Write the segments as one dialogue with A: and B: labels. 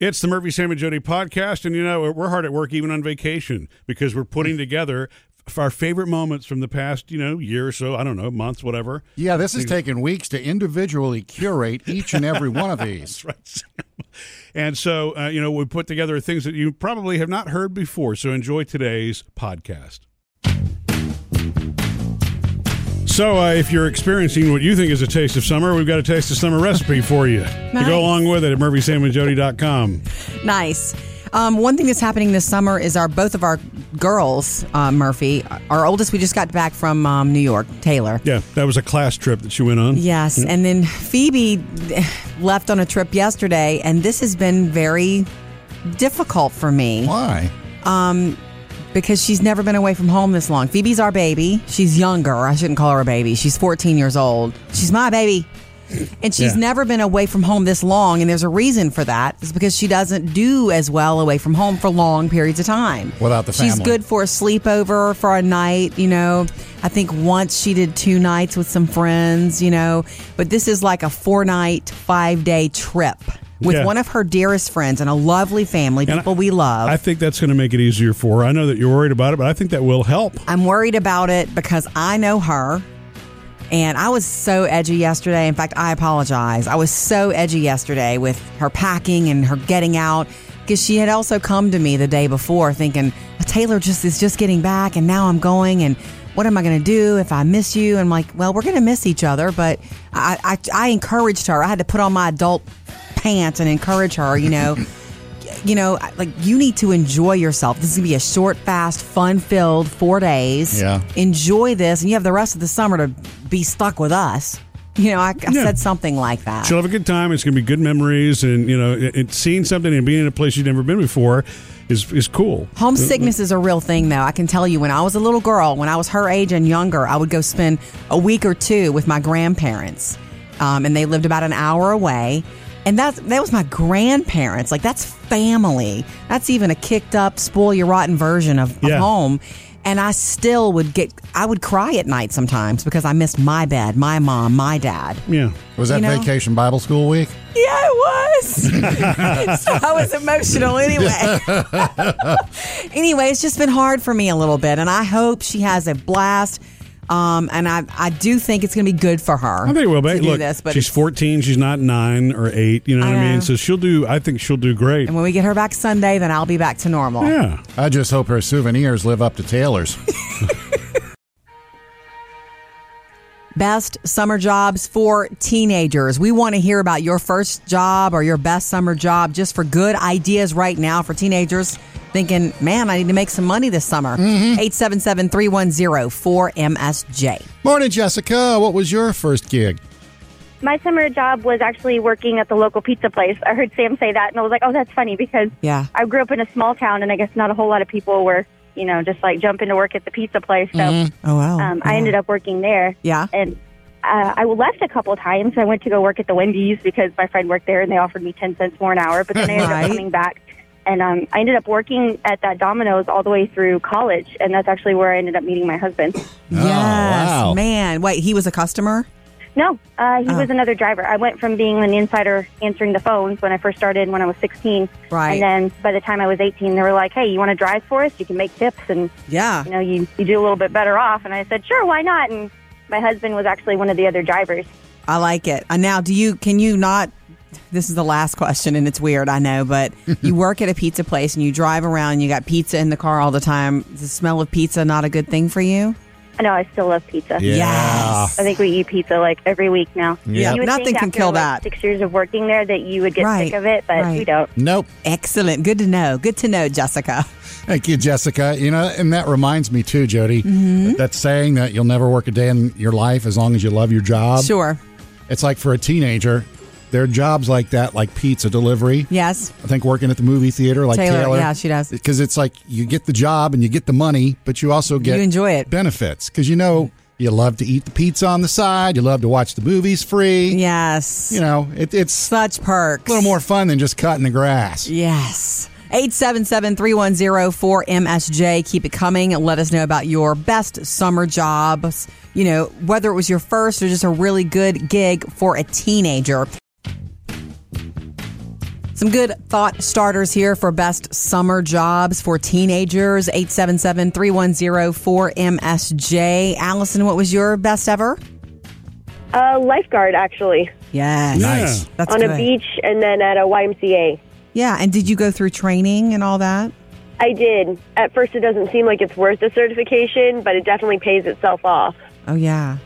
A: It's the Murphy, Sam, and Jody podcast, and you know we're hard at work even on vacation because we're putting together f- our favorite moments from the past, you know, year or so. I don't know, months, whatever.
B: Yeah, this has taken weeks to individually curate each and every one of these.
A: That's right, Sam. And so uh, you know we put together things that you probably have not heard before. So enjoy today's podcast. So, uh, if you're experiencing what you think is a taste of summer, we've got a taste of summer recipe for you to
C: Nice.
A: go along with it at murphysamandjody.com.
C: Nice. Um, one thing that's happening this summer is our both of our girls, uh, Murphy. Our oldest, we just got back from um, New York, Taylor. Hmm.
A: Yeah, that was a class trip that you went on.
C: Yes, and then Phoebe eh, left on a trip yesterday, and this has been very difficult for me
B: Why?
C: because she's never been away from home this long. Phoebe's our baby. She's younger. I shouldn't call her a baby. She's 14 years old. She's my baby. And she's
A: Yeah.
C: never been away from home this long, and there's a reason for that. It's because she doesn't do as well away from home for long periods of time.
B: Without the
C: She's
B: family.
C: good for a sleepover for a night, you know. I think once she did two nights with some friends, you know. But this is like a four night, five day trip with
A: Yeah.
C: one of her dearest friends and a lovely family,
A: And I-
C: people we love.
A: I think that's going to make it easier for her. I know that you're worried about it, but I think that will help.
C: I'm worried about it because I know her. And I was so edgy yesterday. In fact, I apologize. I was so edgy yesterday with her packing and her getting out because she had also come to me the day before thinking, Taylor just is just getting back and now I'm going and what am I going to do if I miss you? And I'm like, well, we're going to miss each other. But I, I, I encouraged her. I had to put on my adult pants and encourage her, you know. you know, like you need to enjoy yourself. This is gonna be a short, fast, fun filled four days.
B: Yeah.
C: Enjoy this, and you have the rest of the summer to be stuck with us. You know, I, I
A: Yeah.
C: said something like that.
A: She'll have a good time. It's going to be good memories, and you know, it, it, seeing something and being in a place you've never been before is is cool.
C: Homesickness is a real thing, though. I can tell you, when I was a little girl, when I was her age and younger, I would go spend a week or two with my grandparents, um, and they lived about an hour away. And that's that was my grandparents. Like that's family. That's even a kicked up, spoil your rotten version of, of
A: Yeah.
C: home. And I still would get, I would cry at night sometimes because I missed my bed, my mom, my dad.
A: Yeah,
B: Was that
C: You know-
B: vacation Bible school week?
C: Yeah, it was. so I was emotional anyway. anyway, it's just been hard for me a little bit, and I hope she has a blast. Um, and I, I do think it's going to be good for her.
A: I think it will.
C: to
A: Be.
C: do
A: Look,
C: this, but
A: she's
C: it's-
A: 14. She's not nine or eight. You know
C: I
A: what I mean?
C: know.
A: So she'll do. I think she'll do great.
C: And when we get her back Sunday, then I'll be back to normal.
A: Yeah.
B: I just hope her souvenirs live up to Taylor's.
C: Best summer jobs for teenagers. We want to hear about your first job or your best summer job just for good ideas right now for teenagers thinking, man, I need to make some money this summer.
D: Mm-hmm.
C: 877 310 4MSJ.
B: Morning, Jessica. What was your first gig?
D: My summer job was actually working at the local pizza place. I heard Sam say that, and I was like, "Oh, that's funny," because
C: Yeah.
D: I grew up in a small town, and I guess not a whole lot of people were, you know, just like jumping to work at the pizza place. So
C: Oh, wow.
D: um, I ended up working there.
C: Yeah.
D: and uh, I left a couple of times. I went to go work at the Wendy's because my friend worked there, and they offered me ten cents more an hour. But then I ended
C: Right.
D: up coming back, and um, I ended up working at that Domino's all the way through college, and that's actually where I ended up meeting my husband.
C: Yes.
B: wow.
C: Man. Wait, he was a customer?
D: No, uh,
C: Ah.
D: he was another driver. I went from being an insider answering the phones when I first started when I was 16.
C: Right.
D: And then by the time I was 18, they were like, hey, you want to drive for us? You can make tips and,
C: Yeah.
D: you know, you, you do a little bit better off. And I said, sure, why not? And my husband was actually one of the other drivers.
C: I like it. Uh, now, do you, can you not? This is the last question, and it's weird, I know, but you work at a pizza place and you drive around and you got pizza in the car all the time. Is the smell of pizza not a good thing for you?
D: I know I still love pizza.
C: Yes.
D: I think we eat pizza like every week now.
C: Yeah.
D: You would
C: Nothing
D: think
C: can
D: after,
C: kill
D: like,
C: that.
D: Six years of working there, that you would get
C: Right,
D: sick of it, but we
C: right.
D: don't.
B: Nope.
C: Excellent. Good to know. Good to know, Jessica.
B: Thank you, Jessica. You know, and that reminds me too, Jody,
C: Mm-hmm.
B: that, that saying that you'll never work a day in your life as long as you love your job.
C: Sure.
B: It's like for a teenager, there are jobs like that, like pizza delivery.
C: Yes.
B: I think working at the movie theater, like Taylor,
C: Taylor, yeah, she does.
B: Because it's like you get the job and you get the money, but you also get
C: You enjoy it.
B: benefits because you know you love to eat the pizza on the side, you love to watch the movies free.
C: Yes.
B: You know, it, it's a
C: Such perks.
B: little more fun than just cutting the grass.
C: Yes. 877 310 4MSJ. Keep it coming. Let us know about your best summer jobs. You know, whether it was your first or just a really good gig for a teenager. Some good thought starters here for best summer jobs for teenagers 877 310 4MSJ. Allison, what was your best ever?
E: Uh, lifeguard, actually,
C: Yes.
A: Nice.
C: That's
E: on a
C: good.
E: beach and then at a YMCA.
C: Yeah. And did you go through training and all that?
E: I did. At first, it doesn't seem like it's worth the certification, but it definitely pays itself off.
C: Oh, yeah.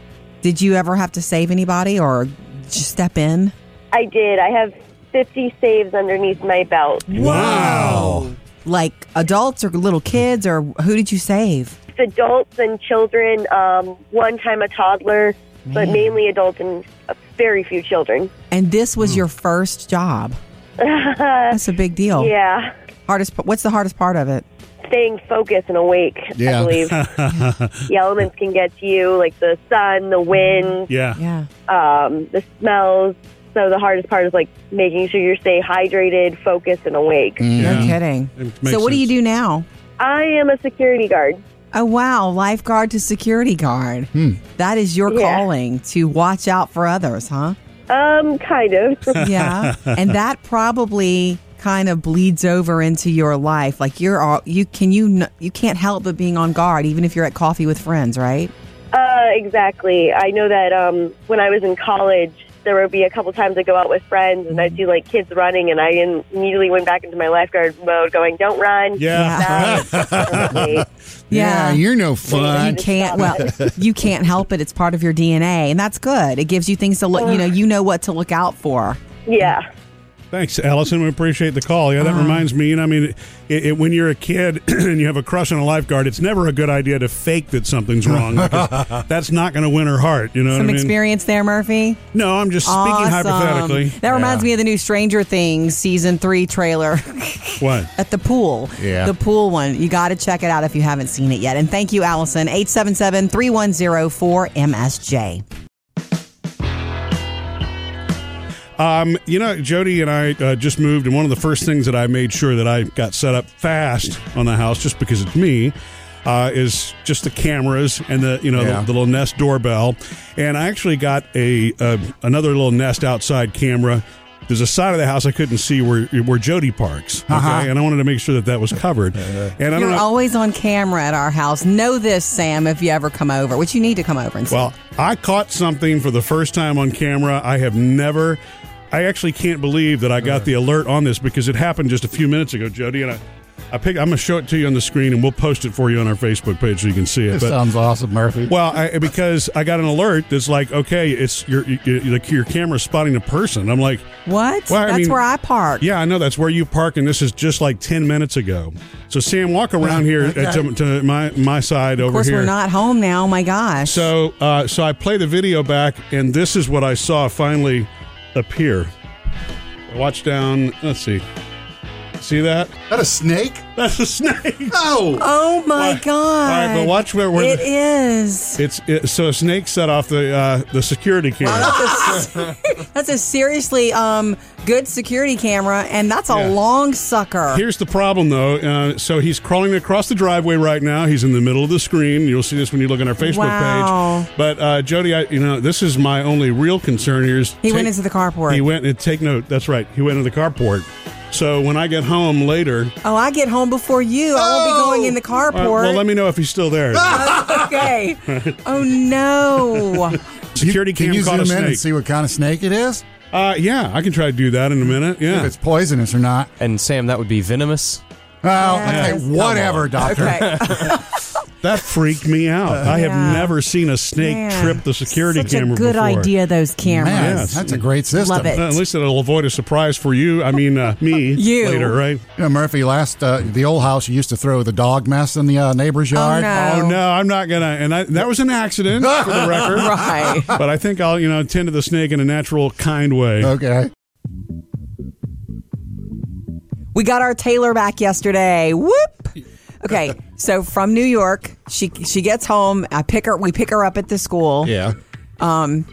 C: Did you ever have to save anybody or just step in?
E: I did. I have 50 saves underneath my belt.
A: Wow.
C: Like adults or little kids, or who did you save?
E: It's adults and children, um, one time a toddler, but
C: Man.
E: mainly adults and uh, very few children.
C: And this
A: Hmm.
C: was your first job. That's a big deal.
E: Yeah.
C: Hardest. p- What's the hardest part of it?
E: Staying focused and awake,
B: Yeah.
E: I believe. the elements can get to you, like the sun, the wind,
A: Yeah.
C: Yeah.
E: um, the smells. So the hardest part is like making sure you stay hydrated, focused, and awake.
A: Yeah.
C: No kidding.
A: It
C: So,
A: makes
C: what do you
A: sense.
C: do now?
E: I am a security guard.
C: Oh wow, lifeguard to security guard.
A: Hmm.
C: That is your
E: Yeah.
C: calling to watch out for others, huh?
E: Um, kind of.
C: Yeah. and that probably kind of bleeds over into your life. Like you're all you can you n- you can't help but being on guard even if you're at coffee with friends, right?
E: Uh, exactly. I know that um, when I was in college, there would be a couple times I go out with friends and I'd see like kids running, and I in- immediately went back into my lifeguard mode, going, "Don't run."
A: Yeah.
E: Stop.
C: Yeah.
B: you're no
C: you
B: fun.
C: can't well you can't help it it's part of your dna and that's good it gives you things to look you know you know what to look out for
E: yeah.
A: Thanks, Allison. We appreciate the call. Yeah, that
C: Uh-huh.
A: reminds me. And I mean, it, it, when you're a kid and you have a crush on a lifeguard, it's never a good idea to fake that something's wrong. because that's not going to win her heart. You know
C: some
A: what I mean?
C: experience there murphy
A: No, I'm just speaking
C: Awesome.
A: hypothetically.
C: That reminds me of the new Stranger Things season three trailer
A: What?
C: at the pool.
B: Yeah.
C: The pool one. You got to check it out if you haven't seen it yet. And thank you, Allison. 877 310 4MSJ.
A: Um, you know, Jody and I uh, just moved, and one of the first things that I made sure that I got set up fast on the house, just because it's me, uh, is just the cameras and the you know
B: Yeah.
A: the, the little Nest doorbell. And I actually got a uh, another little Nest outside camera. There's a side of the house I couldn't see where where Jody parks, okay? and I wanted to make sure that that was covered. And I don't
C: You're
A: know.
C: always on camera at our house. Know this, Sam, if you ever come over, which you need to come over and see.
A: Well, I caught something for the first time on camera. I have never. I actually can't believe that I got the alert on this because it happened just a few minutes ago, Jody. And I, I pick. I'm gonna show it to you on the screen, and we'll post it for you on our Facebook page so you can see it.
B: This
C: uh,
A: But
B: sounds awesome, Murphy.
A: well, I, because I got an alert that's like, okay, it's your you, you- like your camera's spotting a person. I'm like,
C: what?
A: well, I
C: That's
A: mean-
C: where I park.
A: yeah, I know that's where you park, and this is just like ten minutes ago. So Sam, walk around here uh, to, to my my side
C: of
A: over
C: course,
A: here.
C: we're not home now. Oh my gosh.
A: So, uh, so I play the video back, and this is what I saw finally appear. Watch down. Let's see. See that?
B: Is that a snake?
A: That's a snake.
B: Oh.
C: oh, my
A: Why-
C: God.
A: All right, but watch where we're.
C: It is.
A: it's it, so a snake set off the uh, the security camera.
C: That's a seriously um, good security camera, and that's a
A: Yeah.
C: long sucker.
A: Here's the problem, though. Uh, so he's crawling across the driveway right now. He's in the middle of the screen. You'll see this when you look on our Facebook
C: Wow.
A: page. But uh, Jody, I, you know, this is my only real concern here. Is
C: He went into the carport.
A: He went and take note. That's right. He went into the carport. So when I get home later,
C: oh, I get home before you. I won't be going in the
A: All
C: carport.
A: right, Uh, well, let me know if he's still there.
C: okay. Oh no.
A: Security
B: Can
A: cam
B: you
A: caught
B: zoom in
A: a snake.
B: and see what kind of snake it is?
A: uh, yeah, I can try to do that in a minute.
B: If
A: Yeah.
B: it's poisonous or not?
F: And Sam, that would be venomous.
B: Well,
C: Yeah.
B: okay, whatever, doctor.
C: Okay.
A: That freaked me out. I
C: Uh, Yeah.
A: have never seen a snake
C: Man.
A: trip the security
C: Such
A: camera
C: a good
A: before.
C: idea, those cameras.
B: Man,
A: Yes.
B: that's a great system.
C: Love it.
A: Uh, at least it'll avoid a surprise for you. I mean, uh, me
C: You.
A: later, right?
B: You know, Murphy, last uh, the old house, you used to throw the dog mess in the uh, neighbor's yard.
C: no.
A: Oh no, I'm not gonna. And I, that was an accident, for the record.
C: Right.
A: But I think I'll, you know, tend to the snake in a natural, kind way.
C: Uh,
B: Okay.
C: We got our Taylor back yesterday. Whoop. Okay, so from New York, she she gets home. I pick her. We pick her up at the school. Um,
B: Yeah.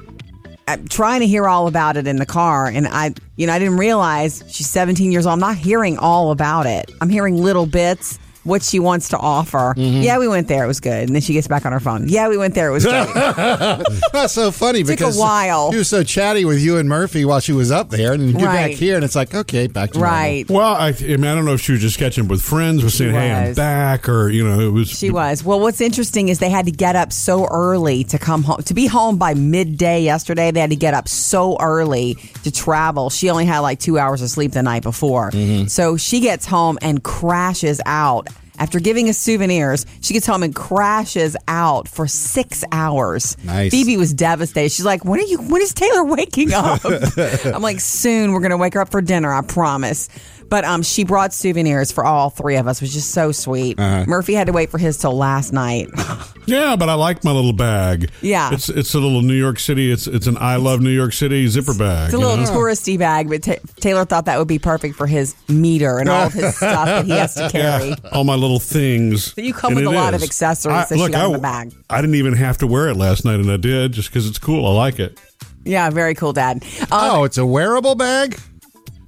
C: I'm trying to hear all about it in the car, and I, you know, I didn't realize she's 17 years old. I'm not hearing all about it. I'm hearing little bits, what she wants to offer. Yeah, we went there. It was good. And then she gets back on her phone. Yeah, we went there. It was great.
B: That's so funny
C: Took a
B: because
C: while.
B: she was so chatty with you and Murphy while she was up there, and then you get back
C: Right.
B: here and it's like, okay, back to normal.
C: right.
A: Well, I, I mean, I don't know if she was just catching up with friends, was saying, "Hey, I'm
C: was.
A: back," or you know, it was.
C: She was. Well, what's interesting is they had to get up so early to come home. To be home by midday yesterday, they had to get up so early to travel. She only had like two hours of sleep the night before. So she gets home and crashes out. After giving us souvenirs, she gets home and crashes out for six hours.
B: Nice.
C: Phoebe was devastated. She's like, "When are you? When is Taylor waking up?" I'm like, "Soon. We're gonna wake her up for dinner. I promise." But um, she brought souvenirs for all three of us, which is so sweet.
A: Uh-huh.
C: Murphy had to wait for his till last night.
A: Oh Yeah, but I like my little bag.
C: Yeah.
A: it's it's a little New York City. It's it's an I love New York City zipper bag.
C: It's a
A: you
C: little
A: know?
C: touristy bag, but Ta Taylor thought that would be perfect for his meter and all of his stuff that he has to carry.
A: Yeah, all my little things.
C: you come
A: And
C: with a
A: it
C: lot of accessories that she got in
A: I,
C: the bag.
A: I didn't even have to wear it last night, and I did just because it's cool. I like it.
C: Yeah, very cool, Dad. Um,
B: Oh, it's a wearable bag?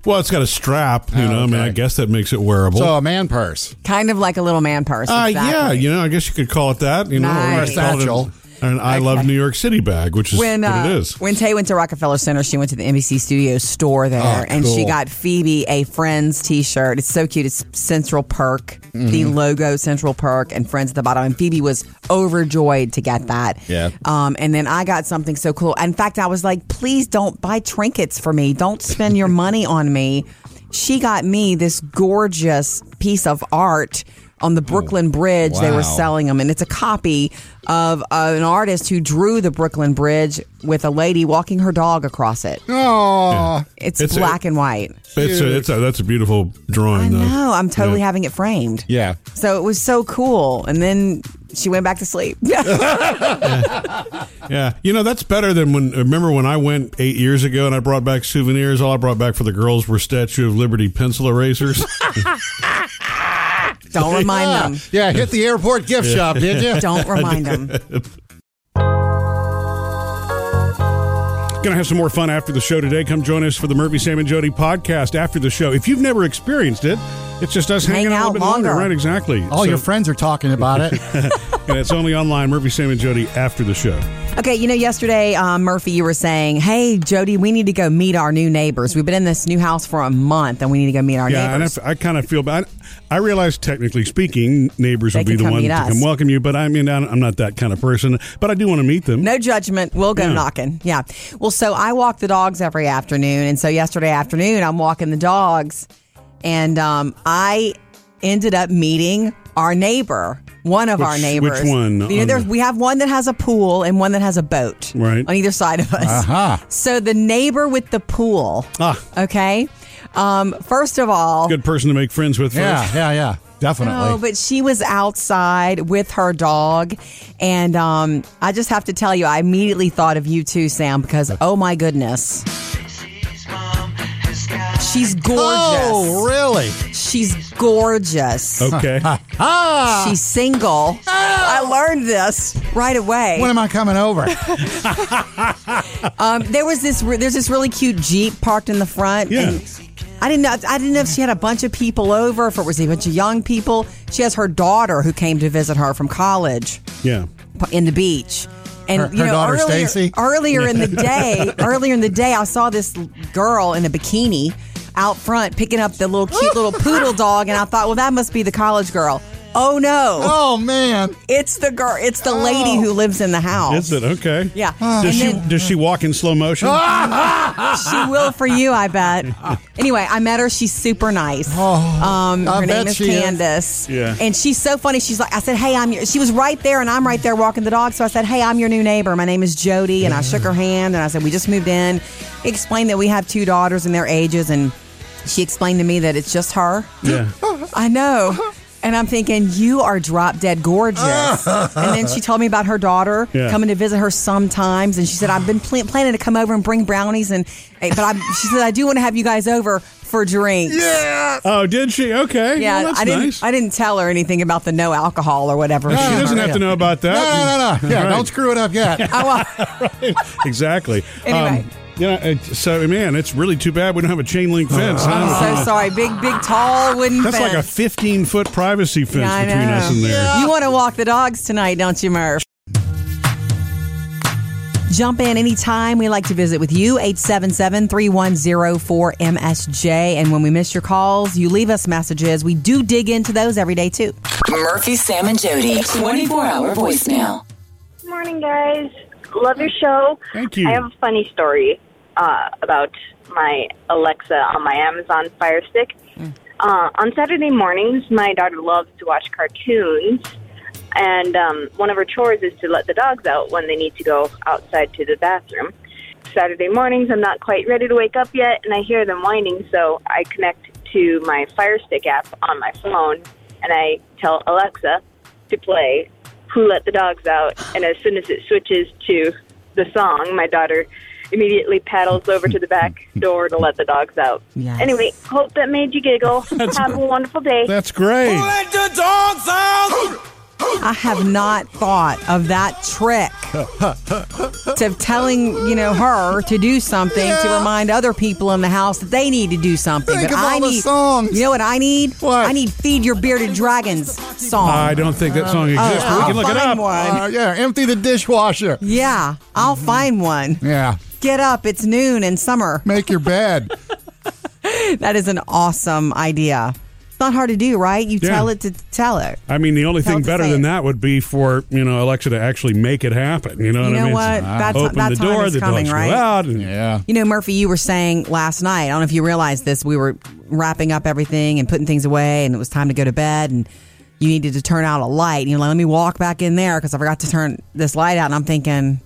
A: Well, it's got a strap, you
B: Oh,
A: know. I mean,
B: okay.
A: I guess that makes it wearable.
B: So a man purse.
C: Kind of like a little man purse.
A: Uh, yeah,
C: exactly.
A: you know, I guess you could call it that. You know, or
C: Nice.
A: you could call it
B: Satchel.
A: An, an I love New York City bag, which is
C: when
A: what
C: uh,
A: it is.
C: when Tay went to Rockefeller Center, she went to the NBC Studios store there,
A: Ah,
B: Oh,
C: and she
B: cool.
C: got Phoebe a Friends T-shirt. It's so cute. It's Central Perk, the
A: Mm-hmm.
C: logo Central Perk, and Friends at the bottom. And Phoebe was overjoyed to get that.
B: Yeah.
C: Um, and then I got something so cool. In fact, I was like, please don't buy trinkets for me. Don't spend your money on me. She got me this gorgeous piece of art on the Brooklyn Bridge. They were
B: wow.
C: selling selling them, and it's a copy of uh, an artist who drew the Brooklyn Bridge with a lady walking her dog across it.
B: Oh,
C: It's,
A: It's a-
C: black and white.
A: It's a, it's a, that's a beautiful drawing.
C: I
A: though.
C: know. I'm totally having it framed.
B: yeah.
C: So it was so cool, and then she went back to sleep.
A: Yeah, you know that's better than when. Remember when I went eight years ago and I brought back souvenirs? All I brought back for the girls were Statue of Liberty pencil erasers.
C: Don't remind them.
B: Ah. Yeah, hit the airport gift shop, did you?
C: Don't remind them.
A: Gonna have some more fun after the show today. Come join us for the Murphy Sam and Jody podcast after the show. If you've never experienced it, it's just us
C: Hang
A: hanging out a
C: out
A: little bit longer.
C: longer.
A: right? Exactly.
B: All
A: So-
B: your friends are talking about it.
A: and it's only online. Murphy Sam and Jody after the show.
C: Okay, you know, yesterday, uh, Murphy, you were saying, "Hey, Jody, we need to go meet our new neighbors. We've been in this new house for a month, and we need to go meet our
A: Yeah, and I,
C: neighbors."
A: I kind of feel bad. I realize, technically speaking, neighbors
C: They
A: will be
C: can
A: the
C: come
A: one
C: meet
A: to
C: us.
A: come welcome you. But I mean, I don't- I'm not that kind of person. But I do want to meet them.
C: No judgment. We'll go
A: Yeah.
C: knocking. Yeah. Well, so I walk the dogs every afternoon. And so yesterday afternoon, I'm walking the dogs and um, I ended up meeting our neighbor, one of our
A: Which-
C: neighbors.
A: which one?
C: You know, there's, we have one that has a pool and one that has a boat
A: Right.
C: on either side of us.
B: Aha.
C: So the neighbor with the pool.
A: Ah.
C: Okay. Um, first of all,
A: Good person to make friends with. First.
B: Yeah, yeah, yeah. Definitely.
C: no, but she was outside with her dog, and um, I just have to tell you, I immediately thought of you too, Sam, because oh my goodness, she's gorgeous.
B: oh, really?
C: She's gorgeous.
A: Okay.
B: Ah!
C: She's single. I learned this right away.
B: When am I coming over?
C: Um, there was this. Re- there's this really cute Jeep parked in the front.
A: Yeah.
C: and I didn't know. I didn't know if she had a bunch of people over. If it was a bunch of young people. She has her daughter who came to visit her from college.
A: yeah.
C: in the beach. And
B: Her-
C: you
B: her
C: know,
B: daughter,
C: earlier,
B: Stacy?
C: earlier in the day, earlier in the day, I saw this girl in a bikini out front picking up the little cute little poodle dog, and I thought, well, that must be the college girl. Oh no,
B: oh, man.
C: it's the girl. It's the lady who lives in the house.
A: Is it okay?
C: Yeah.
A: Does
C: And
A: she
C: then- Ah.
A: does she walk in slow motion?
C: she will for you, I bet. Anyway, I met her. She's super nice. um,
B: Oh, I
C: her name
B: bet
C: is
B: she is.
C: Candace.
A: Yeah.
C: And she's so funny. She's like, I said, hey, I'm your, she was right there and I'm right there walking the dog. So I said, hey, I'm your new neighbor. My name is Jody. And I shook her hand and I said, we just moved in. Explained that we have two daughters and their ages. And she explained to me that it's just her.
A: Yeah.
C: I know. And I'm thinking, you are drop dead gorgeous. and then she told me about her daughter
A: Yeah.
C: coming to visit her sometimes. And she said, I've been pl- planning to come over and bring brownies. And eh, But I, she said, I do want to have you guys over for drinks.
B: Yeah.
A: Oh, did she? Okay.
C: Yeah,
A: Well, that's
C: I didn't.
A: nice.
C: I didn't tell her anything about the no alcohol or whatever.
A: she doesn't have to know about
B: No,
A: that.
B: no, no, no. Yeah, don't screw it up yet.
C: I, well,
A: exactly. Um,
C: Anyway.
A: You know, it, so man, it's really too bad we don't have a chain link fence. huh?
C: I'm so sorry. Big, big, tall wooden
A: That's
C: fence.
A: like a 15 foot privacy fence
C: Yeah, I
A: between
C: know.
A: us and there.
C: You want to walk the dogs tonight, don't you, Murph? Jump in anytime. We like to visit with you, 877 3104 MSJ. And when we miss your calls, you leave us messages. We do dig into those every day, too.
G: Murphy, Sam, and Jody. 24 hour voicemail.
D: Morning, guys. Love your show.
A: Thank you.
D: I have a funny story uh, about my Alexa on my Amazon Fire Stick.
A: Hmm.
D: Uh, on Saturday mornings, my daughter loves to watch cartoons, and um, one of her chores is to let the dogs out when they need to go outside to the bathroom. Saturday mornings, I'm not quite ready to wake up yet, and I hear them whining, so I connect to my Fire Stick app on my phone, and I tell Alexa to play Who Let the Dogs Out, and as soon as it switches to the song, my daughter immediately paddles over to the back door to let the dogs out.
C: Yes.
D: Anyway, hope that made you giggle. Have a wonderful day.
A: That's great.
C: I have not thought of that trick to telling, you know, her to do something to remind other people in the house that they need to do something.
B: Think
C: but
B: of
C: I
B: all the
C: need
B: songs.
C: You know what I need?
B: What?
C: I need "Feed Your Bearded Dragons" song.
A: I don't think that song exists, but we
C: I'll
A: can look it
C: Uh, find
A: up.
C: one.
B: Uh, yeah, empty the dishwasher.
C: Yeah, I'll find one.
B: Yeah,
C: Get up, it's noon in summer.
B: make your bed.
C: That is an awesome idea. It's not hard to do, right? You
A: Yeah.
C: tell it to tell it.
A: I mean, the only
C: Tell
A: thing
C: it to
A: better
C: say
A: than
C: it.
A: that would be for you know Alexa to actually make it happen. You know what
C: You
A: I
C: know
A: mean?
C: what?
A: It's-
C: That's-
A: Open
C: that
A: the
C: time
A: door,
C: is
A: the
C: coming,
A: dogs
C: right?
A: go out. and-
B: Yeah.
C: You know, Murphy, you were saying last night, I don't know if you realized this, we were wrapping up everything and putting things away, and it was time to go to bed, and you needed to turn out a light. And you're like, let me walk back in there because I forgot to turn this light out. And I'm thinking,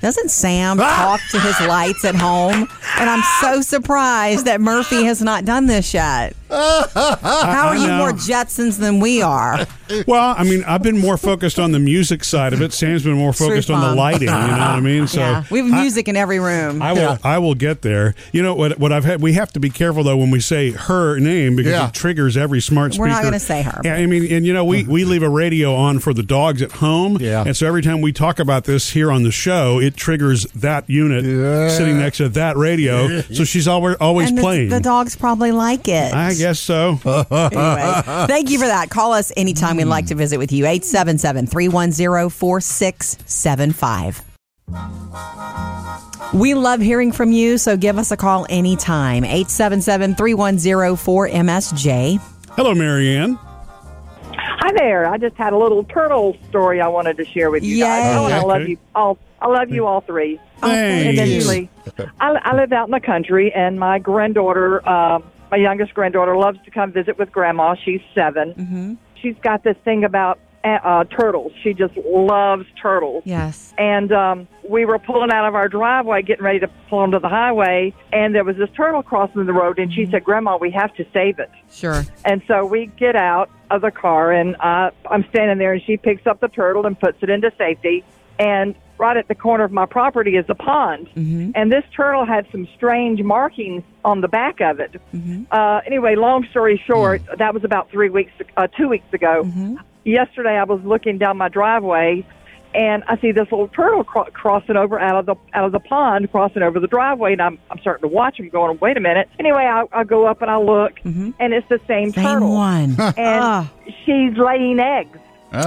C: doesn't Sam
A: Ah!"
C: talk to his lights at home? And I'm so surprised that Murphy has not done this yet. How are you
A: know.
C: more Jetsons than we are?
A: Well, I mean, I've been more focused on the music side of it. Sam's been more focused on the
C: Mom.
A: lighting. You know what I mean? So
C: yeah, we have music in every room.
A: I will.
B: Yeah.
A: I will get there. You know what? What I've had. We have to be careful though when we say her name because
B: Yeah.
A: it triggers every smart speaker.
C: We're not gonna say her.
A: Yeah, I mean, and you know, we we leave a radio on for the dogs at home.
B: Yeah.
A: And so every time we talk about this here on the show, it triggers that unit
B: Yeah.
A: sitting next to that radio. So she's always always
C: and the-
A: playing.
C: The, dogs probably like it.
A: I guess so.
C: Anyways, thank you for that. Call us anytime we'd like to visit with you. 877 310 4675. We love hearing from you, so give us a call anytime. 877 310 4MSJ.
A: Hello, Marianne.
H: Hi there. I just had a little turtle story I wanted to share with you guys. Oh, and I
A: Yay.
H: love you all. I love you all three. And
A: Thanks.
H: then Julie, I, I live out in the country, and my granddaughter, uh, my youngest granddaughter, loves to come visit with Grandma. She's 7 Mm-hmm. She's got this thing about uh, uh, turtles. She just loves turtles.
C: Yes.
H: And um, we were pulling out of our driveway, getting ready to pull onto the highway, and there was this turtle crossing the road. And she said, "Grandma, we have to save it."
C: Sure.
H: And so we get out of the car, and uh, I'm standing there, and she picks up the turtle and puts it into safety. And right at the corner of my property is a pond, and this turtle had some strange markings on the back of it. Uh, anyway, long story short, that was about three weeks, uh, two weeks ago. Yesterday, I was looking down my driveway, and I see this little turtle cro- crossing over out of the out of the pond, crossing over the driveway, and I'm I'm starting to watch him, going, wait a minute. Anyway, I, I go up and I look, and it's the same,
C: Same
H: turtle
C: one.
H: and
C: Ah.
H: she's laying eggs.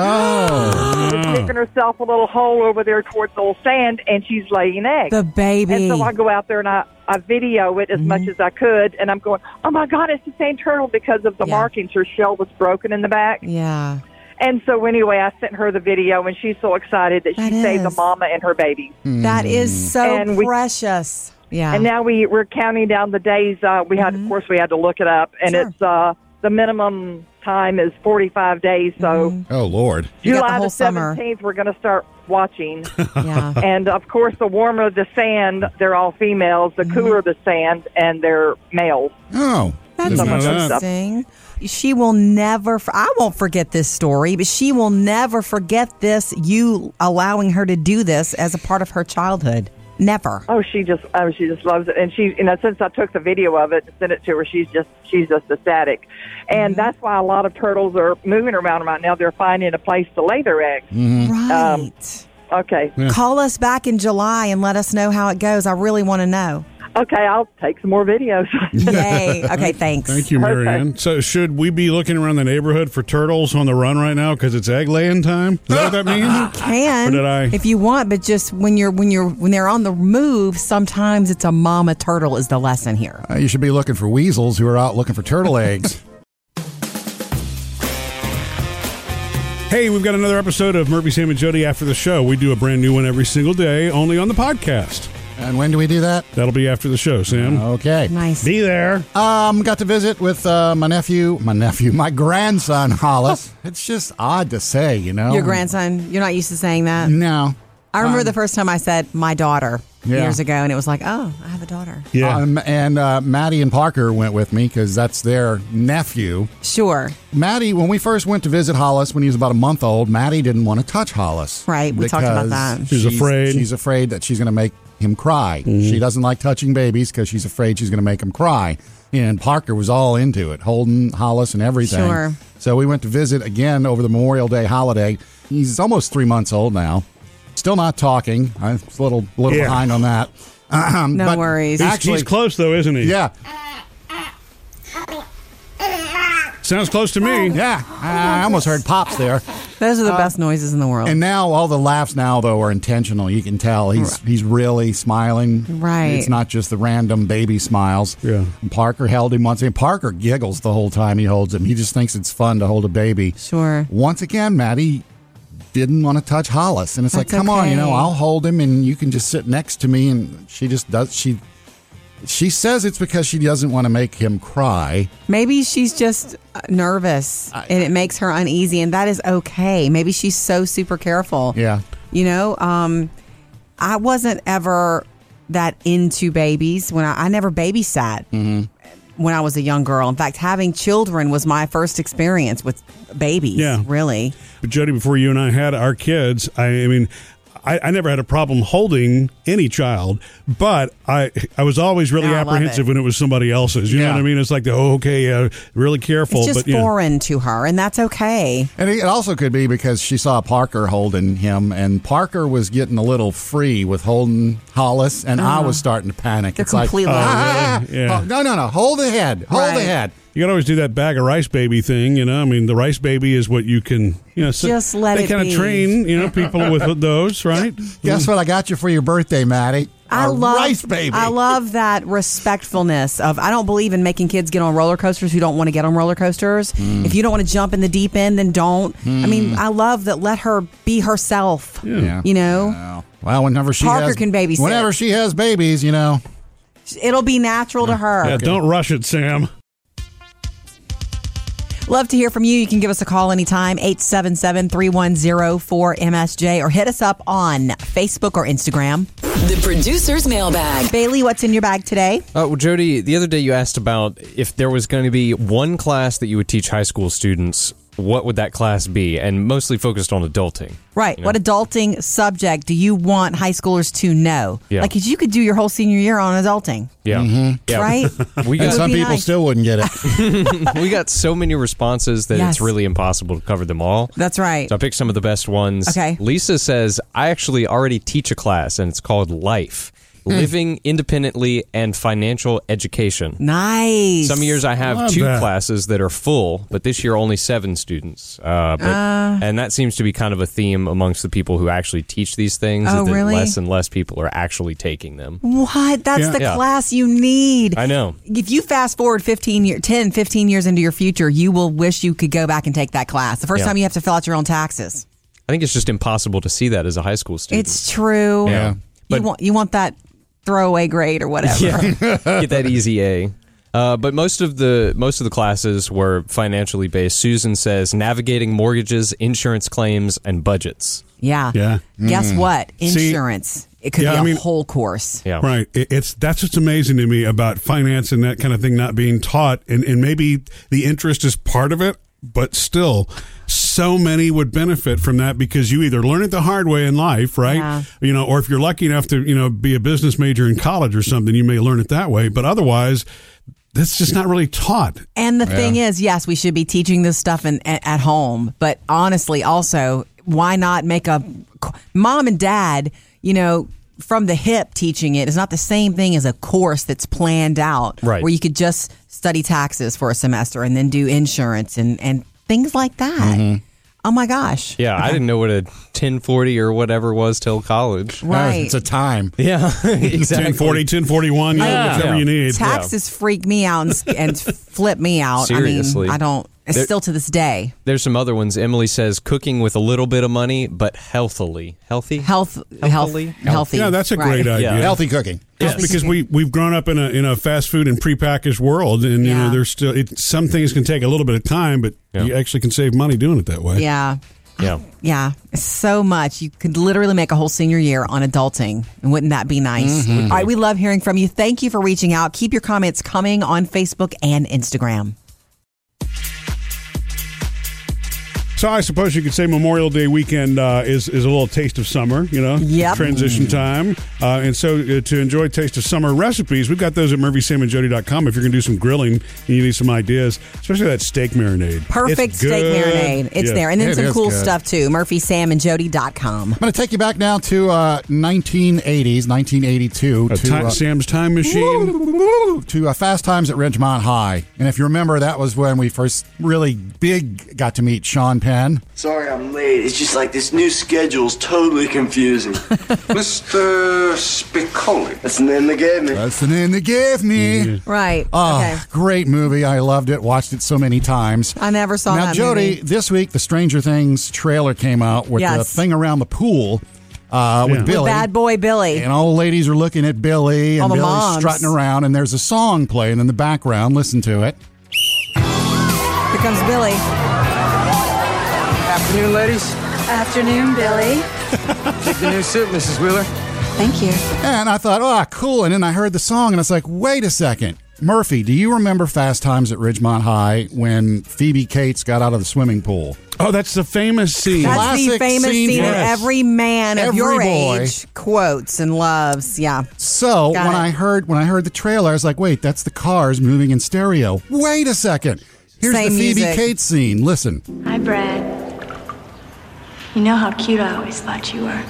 B: Oh,
H: She's
C: Ah.
H: digging herself a little hole over there towards the old sand, and she's laying eggs.
C: The Mm-hmm. baby.
H: And so I go out there and I, I video it as much as I could, and I'm going, oh my God, it's the same turtle because of the
C: Yeah.
H: markings. Her shell was broken in the back.
C: yeah.
H: And so anyway, I sent her the video, and she's so excited that,
C: That
H: she saved the
C: is. Mm-hmm.
H: mama and her baby.
C: That is so
H: Hmm. And we-
C: precious. Yeah.
H: And now we we're counting down the days. Uh, we had, of course, we had to look it up, and
C: Mm-hmm. Sure.
H: it's uh, the minimum time is 45 days. So
C: Mm-hmm.
B: oh Lord.
C: You got the
H: July
C: whole
H: the
C: summer.
H: 17th, we're going to start watching.
C: yeah.
H: and of course, the warmer the sand, they're all females. The
C: Mm-hmm.
H: cooler the sand, and they're males.
B: Oh,
C: That's
A: Didn't know that.
C: interesting. She will never, for- I won't forget this story, but she will never forget this, you allowing her to do this as a part of her childhood. Never.
H: Oh, she just, oh, she just loves it. And she, you know, since I took the video of it and sent it to her, she's just, she's just ecstatic.
C: Mm-hmm.
H: And that's why
C: Mm.
A: Mm. Um,
H: a lot of turtles are moving around right now. They're finding a place to lay their eggs.
C: Right.
H: Okay.
C: Call us back in July and let us know how it goes. I really want to know.
H: Okay, I'll take some more videos.
C: Yay. Okay, thanks.
A: Thank you, Marianne. So, should we be looking around the neighborhood for turtles on the run right now because it's egg laying time? Is that what that means?
C: Can
A: Or did I-
C: if you want, but just when you're when you're when they're on the move, sometimes it's a mama turtle is the lesson here.
B: Uh, you should be looking for weasels who are out looking for turtle eggs.
A: Hey, we've got another episode of Murphy, Sam, and Jody after the show. We do a brand new one every single day, only on the podcast.
B: and when do we do that?
A: That'll be after the show, Sam.
B: Okay.
C: Nice.
A: Be there.
B: Um, got to visit with uh, my nephew, my nephew, my grandson Hollis. it's just odd to say, you know.
C: Your grandson, you're not used to saying that.
B: No.
C: I remember the first time I said my daughter
B: Um, Yeah.
C: years ago, and it was like, oh, I have a daughter.
A: Yeah.
B: Um, and uh, Maddie and Parker went with me because that's their nephew.
C: Sure,
B: Maddie, when we first went to visit Hollis when he was about a month old, Maddie didn't want to touch Hollis.
C: Right, we talked about
B: because
C: that.
A: She's afraid. Mm-hmm.
B: She's afraid that she's going to make him cry. She doesn't like touching babies because she's afraid she's going to make him cry. And Parker was all into it, holding Hollis and everything.
C: Sure.
B: So we went to visit again over the Memorial Day holiday. He's almost three months old now. Still not talking. I'm a little, little
A: Yeah.
B: behind on that.
C: no
B: But
C: worries.
B: he's-
A: He's
B: actually-
A: close, though, isn't he?
B: Yeah.
A: Sounds close to
C: Oh
A: me.
B: Yeah. I almost heard pops there.
C: Those are the best noises in the world.
B: Uh, And now all the laughs now though are intentional. You can tell he's he's really smiling.
C: Right.
B: It's not just the random baby smiles.
A: Yeah.
B: And Parker held him once again. Parker giggles the whole time he holds him. He just thinks it's fun to hold a baby.
C: sure.
B: Once again, Maddie didn't want to touch Hollis, and it's like,
C: That's
B: come on, you know,
C: okay.
B: I'll hold him, and you can just sit next to me. And she just does. She she says it's because she doesn't want to make him cry.
C: Maybe she's just uh, nervous and it makes her uneasy, and that is okay. Maybe she's so super careful.
B: Yeah.
C: You know, um, I wasn't ever that into babies when I, I never babysat
B: Mm-hmm.
C: when I was a young girl. In fact, having children was my first experience with babies.
A: Yeah.
C: Really.
A: But Jody, before you and I had our kids, I, I mean, I, I never had a problem holding any child, but I I was always really
C: Yeah, I love
A: apprehensive
C: it.
A: when it was somebody else's. You know
B: Yeah.
A: what I mean? It's like the oh, okay, uh, really careful.
C: It's just
A: but you know.
C: foreign to her, and that's okay.
B: And it also could be because she saw Parker holding him, and Parker was getting a little free with holding Hollis, and I was starting to
C: Uh-huh.
B: panic.
C: They're
B: it's like,
C: completely-
B: "Ah, ah, ah,
A: Yeah.
B: oh, no, no, no, hold the head, hold the
C: Right.
B: head.
A: You can always do that bag of rice baby thing, you know. I mean, the rice baby is what you can, you know, so
C: Just let
A: they
C: it
A: kind
C: be.
A: of train, you know, people with those, right?
B: Guess what I got you for your birthday, Maddie?
C: I
B: A
C: love
B: rice baby.
C: I love that respectfulness of I don't believe in making kids get on roller coasters who don't want to get on roller coasters.
B: Hmm.
C: If you don't want to jump in the deep end, then don't. I mean, I love that let her be herself.
B: Yeah.
C: You know,
B: Oh, Well, whenever she
C: Parker
B: has,
C: can babysit.
B: Whenever she has babies, you know.
C: it'll be natural to her.
A: Yeah, don't rush it, Sam.
C: Love to hear from you. You can give us a call anytime 877-310-4MSJ or hit us up on Facebook or Instagram.
G: The producer's mailbag.
C: Bailey, what's in your bag today?
I: Uh, well, Jody, the other day you asked about if there was going to be one class that you would teach high school students, what would that class be? And mostly focused on adulting.
C: Right. What adulting subject do you want high schoolers to know?
I: Yeah.
C: Like 'cause you could do your whole senior year on adulting.
I: Yeah.
C: Mm-hmm.
I: yeah.
C: Right?
I: We
B: And
C: would
I: got
B: some
C: be
B: people
C: nice.
B: still wouldn't get it.
I: we got so many responses that
C: Yes.
I: it's really impossible to cover them all.
C: That's right.
I: So I picked some of the best ones.
C: Okay.
I: Lisa says, I actually already teach a class and it's called Life.
C: Hmm.
I: Living independently and financial education.
C: Nice.
I: Some years I have
A: Love
I: two
A: that.
I: classes that are full, but this year only seven students. Uh, but,
C: Ah.
I: and that seems to be kind of a theme amongst the people who actually teach these things.
C: Oh,
I: that
C: really?
I: Less and less people are actually taking them.
C: What? That's
A: Yeah.
C: the
I: Yeah.
C: class you need.
I: I know.
C: If you fast forward 15 year, 10, 15 years into your future, you will wish you could go back and take that class. The first
I: Yeah.
C: time you have to fill out your own taxes.
I: I think it's just impossible to see that as a high school student.
C: It's true.
I: Yeah.
C: You
I: But-
C: want you want that throwaway grade or whatever.
I: get that easy A. Uh, but most of the most of the classes were financially based. Susan says navigating mortgages, insurance claims, and budgets.
C: Yeah.
A: Yeah.
C: Guess what?
A: See-
C: Insurance. it could
A: Yeah,
C: be a
A: I mean-
C: whole course.
I: Yeah,
A: Right. It- It's that's what's amazing to me about finance and that kind of thing not being taught, and and maybe the interest is part of it, but still, so many would benefit from that because you either learn it the hard way in life, right?
C: Yeah.
A: You know, or if you're lucky enough to you know be a business major in college or something, you may learn it that way. But otherwise, that's just not really taught.
C: And the thing is, yes, we should be teaching this stuff in, at, at home, but honestly, also why not make a mom and dad, you know, from the hip teaching it is not the same thing as a course that's planned out
I: Right.
C: where you could just study taxes for a semester and then do insurance and, and things like that.
A: Mm-hmm.
C: Oh my gosh.
I: Yeah, I didn't know what a 1040 or whatever was till college.
B: No,
C: Right.
B: it's a time.
I: Yeah, exactly.
A: 1040, 1041, you know,
I: Yeah.
A: whichever you need.
C: Taxes freak me out and, and flip me out.
I: Seriously.
C: I mean, I don't, it's
I: There-
C: still to this day.
I: There's some other ones. Emily says cooking with a little bit of money, but healthily. Healthy?
C: Health, health,
I: Healthily?
C: healthy.
A: Yeah, that's a great
C: Right.
A: idea.
I: Yeah.
B: Healthy cooking.
A: Just because we we've grown up in a in a fast food and prepackaged world, and you know
C: Yeah.
A: there's still it, some things can take a little bit of time, but you actually can save money doing it that way.
C: Yeah.
I: Yeah.
C: Yeah, so much. You could literally make a whole senior year on adulting. And wouldn't that be nice? All
B: Mm-hmm.
C: right, we love hearing from you. Thank you for reaching out. Keep your comments coming on Facebook and Instagram.
A: So I suppose you could say Memorial Day weekend uh, is is a little taste of summer, you know,
C: Yep.
A: transition time. Uh, and so uh, to enjoy taste of summer recipes, we've got those at murphysamandjody.com if you're going to do some grilling and you need some ideas, especially that steak marinade.
C: Perfect
A: It's
C: steak
A: good.
C: marinade. It's
A: Yeah.
C: there. And then
B: It
C: some
B: is
C: cool
B: good.
C: stuff too. MurphySamandJody.com.
B: I'm going to take you back now to uh, 1980s, 1982.
A: A
B: to,
A: time,
B: uh,
A: Sam's time machine.
B: to uh, Fast Times at Ridgemont High. And if you remember, that was when we first really big got to meet Sean Penn.
J: Sorry I'm late. It's just like this new schedule's totally confusing.
K: Mr. Spicoli.
J: That's the name they gave me.
B: That's the name they gave me.
C: Right.
B: Oh,
C: okay.
B: great movie. I loved it. Watched it so many times.
C: I never saw
B: now,
C: that
B: Jody,
C: movie.
B: this week the Stranger Things trailer came out with the
C: Yes.
B: thing around the pool uh, with
A: Yeah. With
B: Billy.
C: Bad boy Billy.
B: and all the ladies are looking at Billy, and
C: All the
B: Billy's
C: moms.
B: strutting around, and there's a song playing in the background. Listen to it.
C: Here comes Billy.
K: Afternoon, ladies.
L: Afternoon, Billy.
K: Take the new suit, Mrs. Wheeler.
L: Thank you.
B: And I thought, oh, cool. And then I heard the song, and I was like, wait a second. Murphy, do you remember Fast Times at Ridgemont High when Phoebe Cates got out of the swimming pool?
A: Oh, that's the famous scene.
C: That's the
B: Classic
C: famous
B: scene
C: scene,
B: for
C: that
B: us.
C: every man of
B: Every
C: your
B: boy.
C: age quotes and loves. Yeah.
B: So
C: Got
B: when
C: it.
B: I heard when I heard the trailer, I was like, wait, that's the cars moving in stereo. Wait a second. Here's
C: Same
B: the Phoebe
C: music.
B: Cates scene. Listen.
L: Hi, Brad. You know how cute I always thought you were.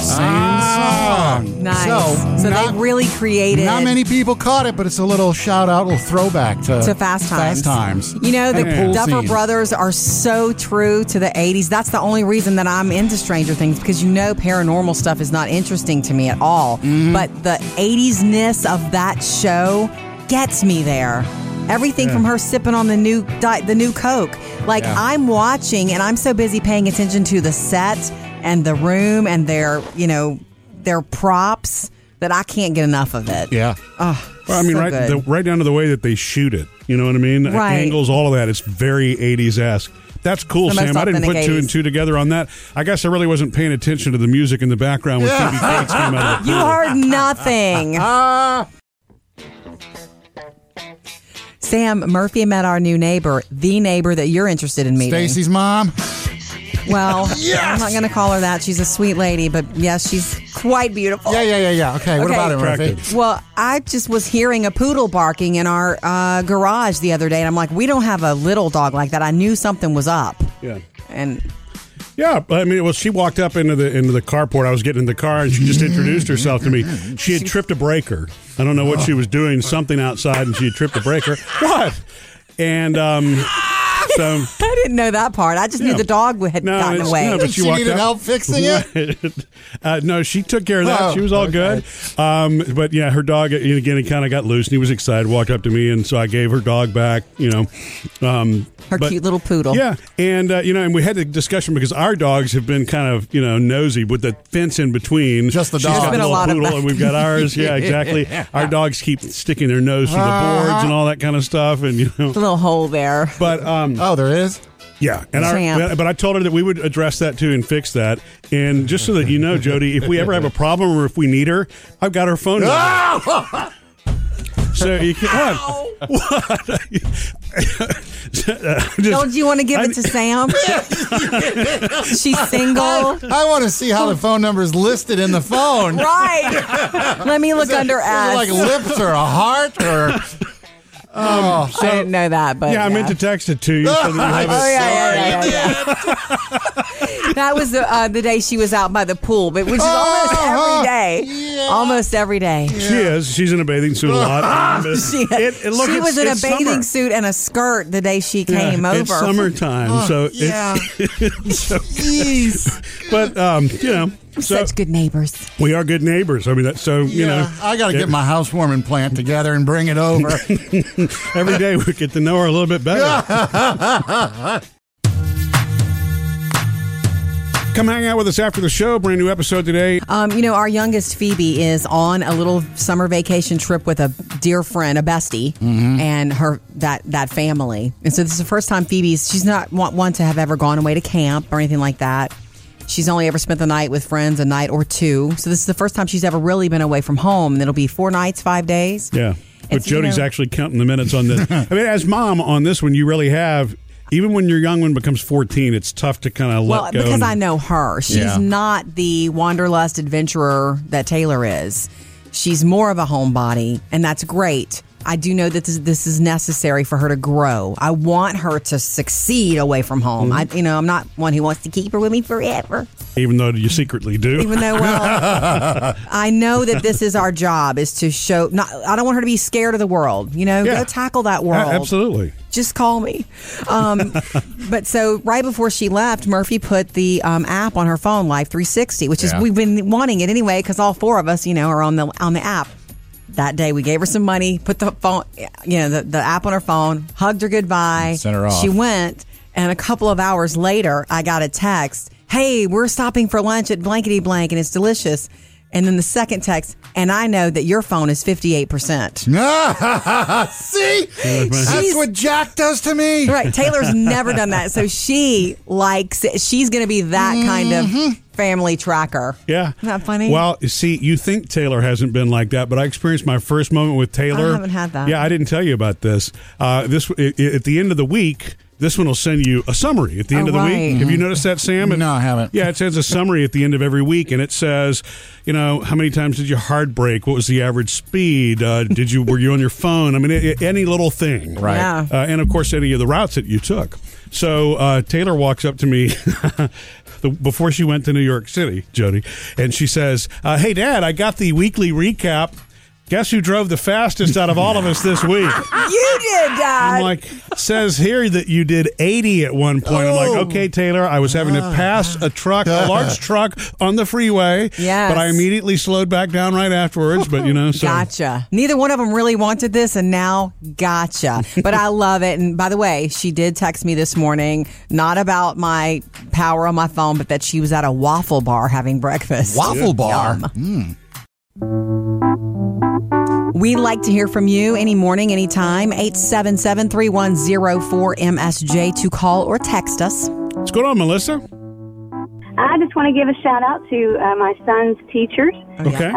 B: Same song.
C: Nice.
B: So,
C: So,
B: not,
C: they really created
B: not many people caught it, but it's a little shout out, a little throwback to,
C: to Fast Times.
B: Fast Times.
C: You know, the
B: And pool
C: Duffer
B: scene.
C: Brothers are so true to the 80s. That's the only reason that I'm into Stranger Things because you know paranormal stuff is not interesting to me at all.
A: Mm-hmm.
C: But the 80s ness of that show gets me there. Everything from her sipping on the new di- the new Coke. Like
B: Yeah.
C: I'm watching and I'm so busy paying attention to the set and the room and their, you know, their props that I can't get enough of it.
B: Yeah.
A: Well, I mean,
C: So
A: right,
C: good.
A: the, right down to the way that they shoot it. You know what I mean?
C: Right.
A: Angles, all of that. It's very 80s esque. That's cool,
C: The most
A: Sam. I didn't put
C: authentic
A: two and
C: 80s.
A: two together on that. I guess I really wasn't paying attention to the music in the background when Phoebe Cates came out of the
C: You
A: pool.
C: heard nothing. Sam Murphy met our new neighbor, the neighbor that you're interested in meeting.
B: Stacy's mom.
C: Well, I'm not going to call her that. She's a sweet lady, but yes, she's quite beautiful.
B: Yeah, yeah, yeah, yeah. Okay, what
C: Okay.
B: about it, Murphy?
A: Attractive.
C: Well, I just was hearing a poodle barking in our uh, garage the other day, and I'm like, we don't have a little dog like that. I knew something was up.
A: Yeah.
C: And
A: Yeah, I mean, well, she walked up into the into the carport. I was getting in the car, and she just introduced herself to me. She had tripped a breaker. I don't know what she was doing, something outside, and she had tripped a breaker. What? And um, so
C: I didn't know that part. I just
A: Yeah.
C: knew the dog had
A: No,
C: gotten
A: it's-
C: away.
A: no, but
B: She
A: you walked
B: needed
A: up-
B: help fixing it?
A: uh, no, she took care of that.
B: Oh,
A: she was all
B: okay.
A: good. Um, but yeah, her dog and again, it kind of got loose, and he was excited. Walked up to me, and so I gave her dog back. You know, um,
C: Her
A: but-
C: cute little poodle.
A: Yeah, and uh, you know, and we had the discussion because our dogs have been kind of you know nosy with the fence in between.
B: Just the
A: She's
B: dog.
A: got
B: There's
C: been a
A: little
C: lot of
A: poodle,
C: that.
A: and we've got ours. Yeah, exactly. Our dogs keep sticking their nose through the boards and all that kind of stuff, and you
B: Uh-huh.
A: know.
C: A little hole there.
A: But um,
B: Oh, there is.
A: yeah, and
C: Champ.
A: our, but I told her that we would address that too and fix that. And just so that you know, Jody, if we ever have a problem or if we need her, I've got her phone number.
B: Ah!
A: So you can what? What? So, uh, just-
C: Don't you want to give it to Sam? She's single.
B: I want to see how the phone number is listed in the phone.
C: Right. Let me look under
B: Is it
C: ads.
B: like lips or a heart or
A: Um, so-
C: I didn't know that, but
A: yeah, I meant to text it to you. So that
C: Oh, yeah, yeah, yeah,
A: you have it.
C: yeah, yeah. that was the uh, the day she was out by the pool, but which is
A: Oh,
C: almost
A: uh-huh.
C: every day, almost every day.
A: She is. She's in a bathing suit a lot. And, uh,
C: She,
A: it- it- look,
C: she
A: it's-
C: was in a
A: it's
C: bathing
A: summer.
C: suit and a skirt the day she
A: Yeah,
C: came over.
A: It's summertime, so it-
B: Oh, yeah.
A: so-
B: Jeez.
A: but um, you know,
C: We're
A: so
C: Such good neighbors.
A: we are good neighbors. I mean, that, so you know,
B: I got to
A: it-
B: get my housewarming plant together and bring it over.
A: every day we get to know her a little bit better. Come hang out with us after the show. Brand new episode today.
C: Um, you know, our youngest Phoebe is on a little summer vacation trip with a dear friend, a bestie, and her that that family. And so this is the first time Phoebe's. She's not one one to have ever gone away to camp or anything like that. She's only ever spent the night with friends, a night or two. So this is the first time she's ever really been away from home, and it'll be four nights, five days.
A: Yeah. But
C: It's, you
A: Jody's
C: know-
A: actually counting the minutes on this. I mean, as mom on this one, you really have, even when your young one becomes 14, it's tough to kind of let
C: Well,
A: go.
C: because
A: and-
C: I know her. She's
A: Yeah.
C: not the wanderlust adventurer that Taylor is. She's more of a homebody, and that's great. I do know that this, this is necessary for her to grow. I want her to succeed away from home. I, you know, I'm not one who wants to keep her with me forever.
A: Even though you secretly do.
C: Even though, well, I know that this is our job is to show. Not, I don't want her to be scared of the world. You know,
A: Yeah.
C: go tackle that
A: A-
C: world
A: Absolutely.
C: just call me. Um, but so right before she left, Murphy put the um, app on her phone, Life 360, which
B: Yeah.
C: is we've been wanting it anyway because all four of us, you know, are on the on the app. That day, we gave her some money, put the phone, you know, the, the app on her phone, hugged her goodbye.
B: Sent her off.
C: She went, and a couple of hours later, I got a text. Hey, we're stopping for lunch at blankety blank, and it's delicious. And then the second text, and I know that your phone is fifty eight percent.
B: See? That's what Jack does to me.
C: Right. Taylor's never done that. So she likes it. She's going to be that kind of family tracker.
A: Yeah.
C: Isn't that funny?
A: Well, you see, you think Taylor hasn't been like that, but I experienced my first moment with Taylor.
C: I haven't had that.
A: Yeah, I didn't tell you about this. Uh, this i- i- At the end of the week, this one will send you a summary at the end
C: Oh,
A: of the
C: right.
A: week. Have you noticed that, Sam? It-
B: No, I haven't.
A: Yeah, it sends a summary at the end of every week, and it says, you know, how many times did you hard break? What was the average speed? Uh, did you were you on your phone? I mean, i i- any little thing,
B: Right.
C: Yeah.
A: uh, and of course any of the routes that you took. So uh, Taylor walks up to me the, before she went to New York City, Jody, and she says, uh, "Hey, Dad, I got the weekly recap. Guess who drove the fastest out of all of us this week?"
C: You did,
A: I'm
C: Dad.
A: like, says here that you did 80 at one point. I'm
C: Oh.
A: like, okay, Taylor, I was having to
C: Ah.
A: pass a truck, a large truck on the freeway.
C: Yes.
A: But I immediately slowed back down right afterwards. But, you know, so.
C: Gotcha. Neither one of them really wanted this, and now gotcha. But I love it. And by the way, she did text me this morning, not about my power on my phone, but that she was at a waffle bar having breakfast.
B: Waffle bar.
C: We like to hear from you any morning, anytime. 877 3104 MSJ to call or text us.
A: What's going on, Melissa?
C: Oh,
D: I just want to give a shout out to uh, my son's teachers.
A: Okay.
D: Uh,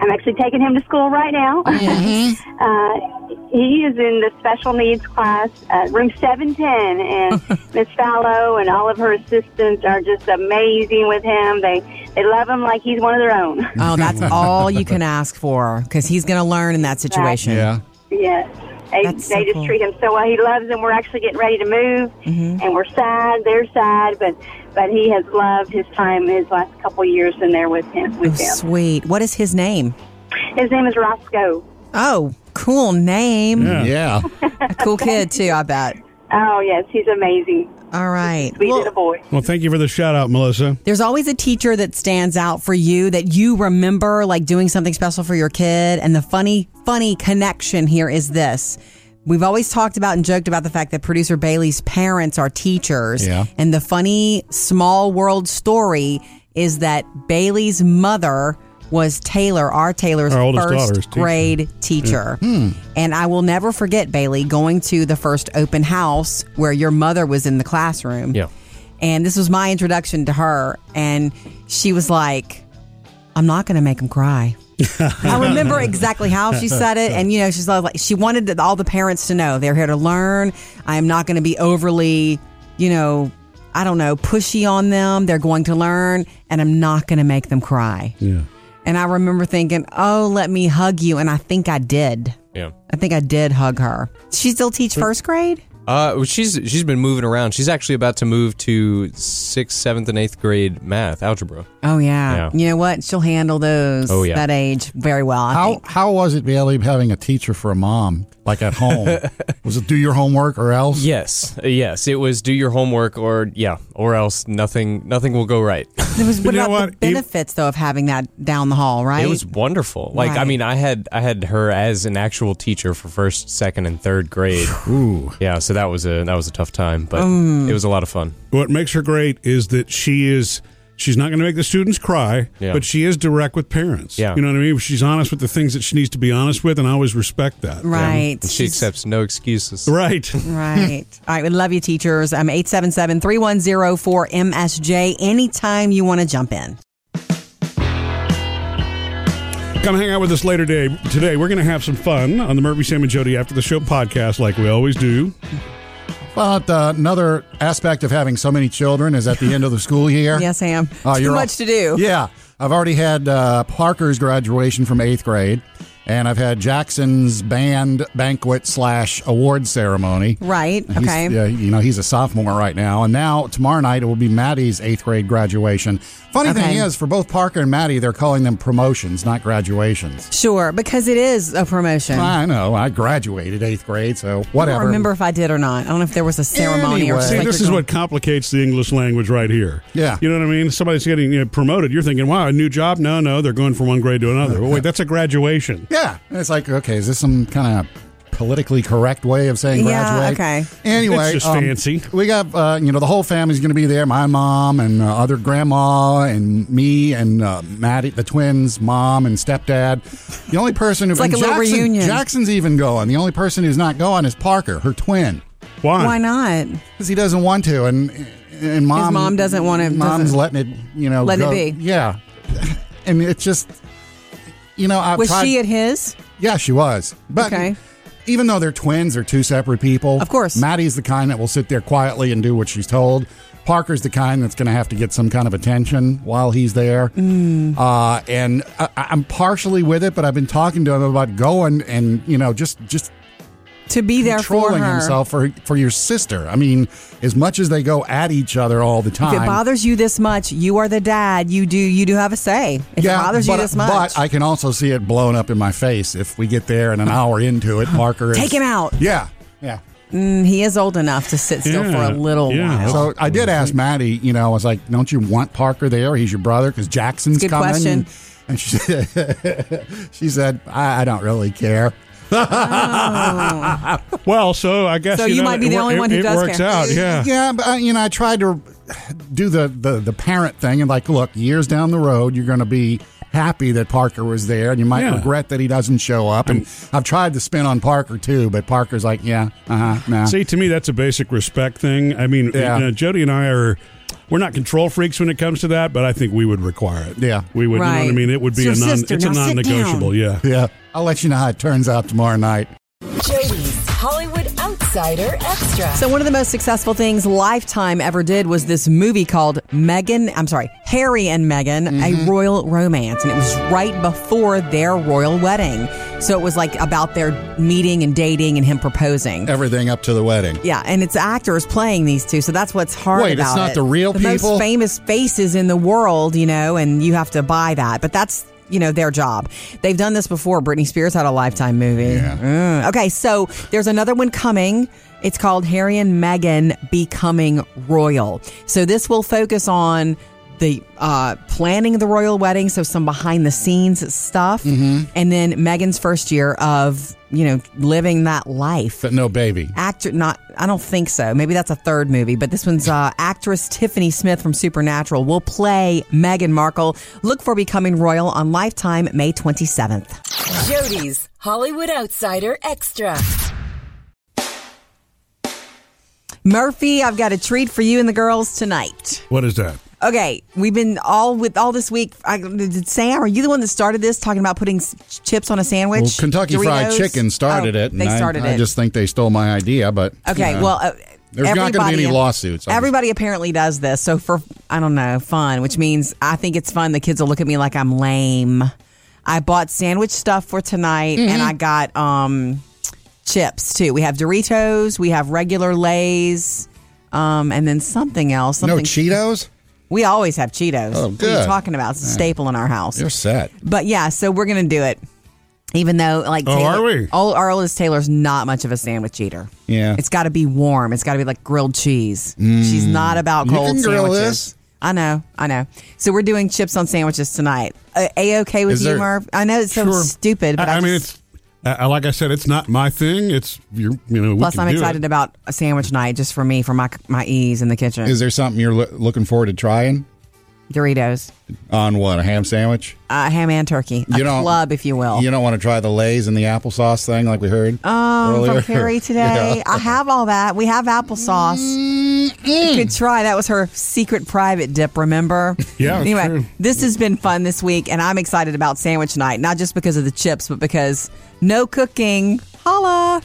D: I'm actually taking him to school right now.
C: Mm-hmm.
D: uh, he is in the special needs class, uh, room 710, and Miss Fallow and all of her assistants are just amazing with him. They they love him like he's one of their own.
C: Oh, that's all you can ask for because he's going to learn in that situation.
B: Yeah.
D: Yeah. They,
C: That's so
D: they just
C: cool. Mm-hmm.
D: treat him so well. He loves them. We're actually getting ready to move, and we're sad, they're sad, but but he has loved his time, his last couple years in there with him.
C: Oh,
D: With him.
C: sweet. What is his name?
D: His name is Roscoe.
C: Oh, cool name.
A: Yeah.
B: Yeah.
C: A cool kid, too, I bet.
D: Oh yes, he's amazing.
C: All right.
D: Sweet
C: Well,
D: little boy.
A: Well, thank you for the shout out, Melissa.
C: there's always a teacher that stands out for you that you remember, like doing something special for your kid. And the funny, funny connection here is this. We've always talked about and joked about the fact that producer Bailey's parents are teachers.
B: Yeah.
C: And the funny small world story is that Bailey's mother was Taylor, our Taylor's
A: Our oldest daughter is
C: first
A: teacher. Hmm.
C: grade teacher. And I will never forget, Bailey, going to the first open house where your mother was in the classroom.
I: Yeah.
C: And this was my introduction to her. And she was like, I'm not going to make him cry. I remember exactly how she said it. And, you know, she's like, she wanted the- all the parents to know they're here to learn. I am not going to be overly, you know, I don't know, pushy on them. They're going to learn and I'm not going to make them cry.
A: Yeah.
C: And I remember thinking, oh, let me hug you. And I think I did.
I: Yeah.
C: I think I did hug her. She still teach first grade?
I: Uh, well, she's she's been moving around. She's actually about to move to sixth, seventh, and eighth grade math algebra.
C: Oh yeah.
I: Yeah.
C: You know what? She'll handle those
I: Oh, yeah.
C: that age very well. I
B: How
C: think.
B: how was it, Bailey, having a teacher for a mom like at home? was it do your homework or else?
I: Yes, Uh, yes. It was do your homework or yeah, or else nothing nothing will go right.
C: There was what
A: you know
C: about the
A: what? Even-
C: benefits though of having that down the hall, right?
I: It was wonderful. Like I
C: Right.
I: mean, I had I had her as an actual teacher for first, second, and third grade. Ooh, yeah. So that was a that was a tough time, but
C: Mm.
I: it was a lot of fun.
A: What makes her great is that she is she's not going to make the students cry,
I: Yeah.
A: but she is direct with parents.
I: Yeah.
A: You know what I mean? She's honest with the things that she needs to be honest with, and I always respect that.
C: right.
I: And she
C: She's-
I: accepts no excuses.
A: Right.
C: Right. All right. We love you, teachers. Um, I'm 877 310 4MSJ. Anytime you want to jump in.
A: Come hang out with us later today. Today we're going to have some fun on the Murphy Sam and Jody after the show podcast, like we always do.
B: But uh, another aspect of having so many children is at the end of the school year.
C: Yes, Sam.
B: Oh,
C: Too
B: you're
C: much to do.
B: Yeah. I've already had uh, Parker's graduation from eighth grade, and I've had Jackson's band banquet slash award ceremony.
C: Right.
B: He's-
C: Okay.
B: yeah, you know, he's a sophomore right now. And now, tomorrow night, it will be Maddie's eighth grade graduation. Funny thing
C: Okay.
B: is, for both Parker and Maddie, they're calling them promotions, not graduations.
C: Sure. Because it is a promotion.
B: I know. I graduated eighth grade, so
C: I
B: whatever.
C: don't remember if I did or not. I don't know if there was a ceremony
B: Anyway.
C: or
B: See,
A: See,
C: something.
A: this is what complicates the English language right here.
B: Yeah.
A: You know what I mean? Somebody's getting you know, promoted. You're thinking, wow, a new job? No, no, they're going from one grade to another. Well, wait, that's a graduation.
B: Yeah. And it's like, okay, is this some kind of politically correct way of saying
C: Yeah,
B: graduate?
C: okay.
B: Anyway, um,
A: It's just fancy.
B: We got, uh, you know, the whole family's going to be there. My mom and uh, other grandma and me and uh, Maddie, the twins, mom and stepdad. The only person who
C: It's like
B: and
C: a little
B: Jackson-
C: reunion.
B: Jackson's even going. The only person who's not going is Parker, her twin,
A: Why?
C: Why not?
B: because he doesn't want to, and and mom,
C: mom doesn't wanna-
B: Mom's
C: doesn't-
B: letting it, you know,
C: Letting it
B: go.
C: be.
B: Yeah, and it's just, you know, I've
C: Was
B: tried-
C: she at his?
B: yeah, she was. But
C: Okay.
B: even though they're twins, they're two separate people.
C: Of course.
B: Maddie's the kind that will sit there quietly and do what she's told. Parker's the kind that's going to have to get some kind of attention while he's there.
C: Mm.
B: Uh, and I, I'm partially with it, but I've been talking to him about going and, you know, just just
C: To be there for
B: controlling
C: her.
B: himself for, for your sister. I mean, as much as they go at each other all the
C: If
B: time.
C: it bothers you this much, you are the dad. You do you do have a say. If it bothers
B: but,
C: you this much,
B: but I can also see it blown up in my face if we get there and an hour into it, Parker is
C: take him out.
B: Yeah, yeah.
C: Mm, he is old enough to sit still
A: Yeah,
C: for a little
A: yeah.
C: while.
B: So I did ask Maddie, you know, I was like, don't you want Parker there? He's your brother because Jackson's
C: Good
B: coming.
C: question.
B: And, and she said, she said, I, I don't really care.
A: Well, so I guess
C: So you
A: know,
C: might be
A: it
C: the
A: wor-
C: only
A: it-
C: one who
A: it
C: does
A: works
C: care.
A: out. Yeah.
B: Yeah, but, uh, you know, I tried to do the, the, the parent thing and like, look, years down the road, you're going to be happy that Parker was there and you might
A: Yeah.
B: regret that he doesn't show up. And I've tried to spin on Parker too, but Parker's like, yeah, uh huh, nah.
A: See, to me, that's a basic respect thing. I mean,
B: Yeah.
A: you know, Jody and I are. We're not control freaks when it comes to that, but I think we would require it.
B: Yeah.
A: we would. You know what I
C: Right.
A: mean? It would be
C: It's
A: a
C: your
A: non.
C: sister.
A: It's a
C: Now sit down.
A: non-negotiable. Yeah.
B: yeah. I'll let you know how it turns out tomorrow night.
G: Jody's Hollywood Outsider Extra.
C: So one of the most successful things Lifetime ever did was this movie called Megan, I'm sorry, Harry and Meghan,
B: Mm-hmm.
C: a royal romance. And it was right before their royal wedding. So it was like about their meeting and dating and him proposing.
B: Everything up to the wedding.
C: Yeah, and it's actors playing these two, so that's what's hard
B: Wait, it's
C: about
B: not
C: it.
B: the real
C: the
B: people?
C: most famous faces in the world, you know, and you have to buy that. But that's you know their job. They've done this before. Britney Spears had a Lifetime movie. Mm. Okay, so there's another one coming. It's called Harry and Meghan Becoming Royal. So this will focus on the uh, planning of the royal wedding, so some behind the scenes stuff,
B: Mm-hmm.
C: and then Meghan's first year of you know living that life
B: But no baby.
C: actor not i don't think so maybe that's a third movie but this one's uh, actress tiffany smith from supernatural will play meghan markle look for becoming royal on lifetime may 27th
G: Jody's Hollywood Outsider Extra.
C: murphy i've got a treat for you and the girls tonight
A: What is that?
C: okay we've been all with all this week I, did sam are you the one that started this talking about putting s- chips on a sandwich
B: Well, Kentucky Fried
C: Doritos?
B: Chicken started
C: Oh,
B: it. and
C: they
B: I-
C: started
B: I,
C: it
B: just think they stole my idea, but
C: Okay,
B: you know,
C: well, uh,
B: there's not gonna be
C: everybody-
B: any lawsuits. I'm just-
C: Everybody apparently does this. So for I don't know, fun, which means I think it's fun. The kids will look at me like I'm lame. I bought sandwich stuff for tonight, and
B: Mm-hmm.
C: I got um, chips too. We have Doritos, we have regular Lay's, um, and then something else.
B: No
C: Something
B: Cheetos?
C: We always have Cheetos.
B: Oh,
C: What are
B: good.
C: you talking about? It's a staple in our house.
B: You're set.
C: But yeah, so we're gonna do it. Even though, like,
B: Oh, are we?
C: Old, our oldest Taylor's not much of a sandwich eater.
B: Yeah.
C: it's got to be warm. It's got to be like grilled cheese.
B: Mm.
C: She's not about
B: You
C: cold
B: can grill
C: sandwiches.
B: this.
C: I know, I know. So we're doing chips on sandwiches tonight. A okay with
A: Is
C: you,
A: there-
C: Merv? I know it's so
A: Sure.
C: stupid, but I,
A: I, I mean,
C: just-
A: it's uh, like I said, it's not my thing. It's you. You know, we
C: plus I'm
A: can do
C: excited
A: It.
C: about a sandwich night just for me for my my ease in the kitchen.
B: Is there something you're loo- looking forward to trying?
C: Doritos.
B: On what? A ham sandwich?
C: uh, ham and turkey, a
B: You don't-
C: club, if you will.
B: You don't want to try the Lay's and the applesauce thing like we heard
C: Um, from
B: earlier?
C: Carrie today. Ah.
B: Yeah.
C: I have all that. We have applesauce.
B: Mm-hmm.
C: You could try. That was her secret private dip. Remember?
B: Yeah, it's
C: Anyway,
B: true.
C: this has been fun this week, and I'm excited about sandwich night. Not just because of the chips, but because no cooking. Holla!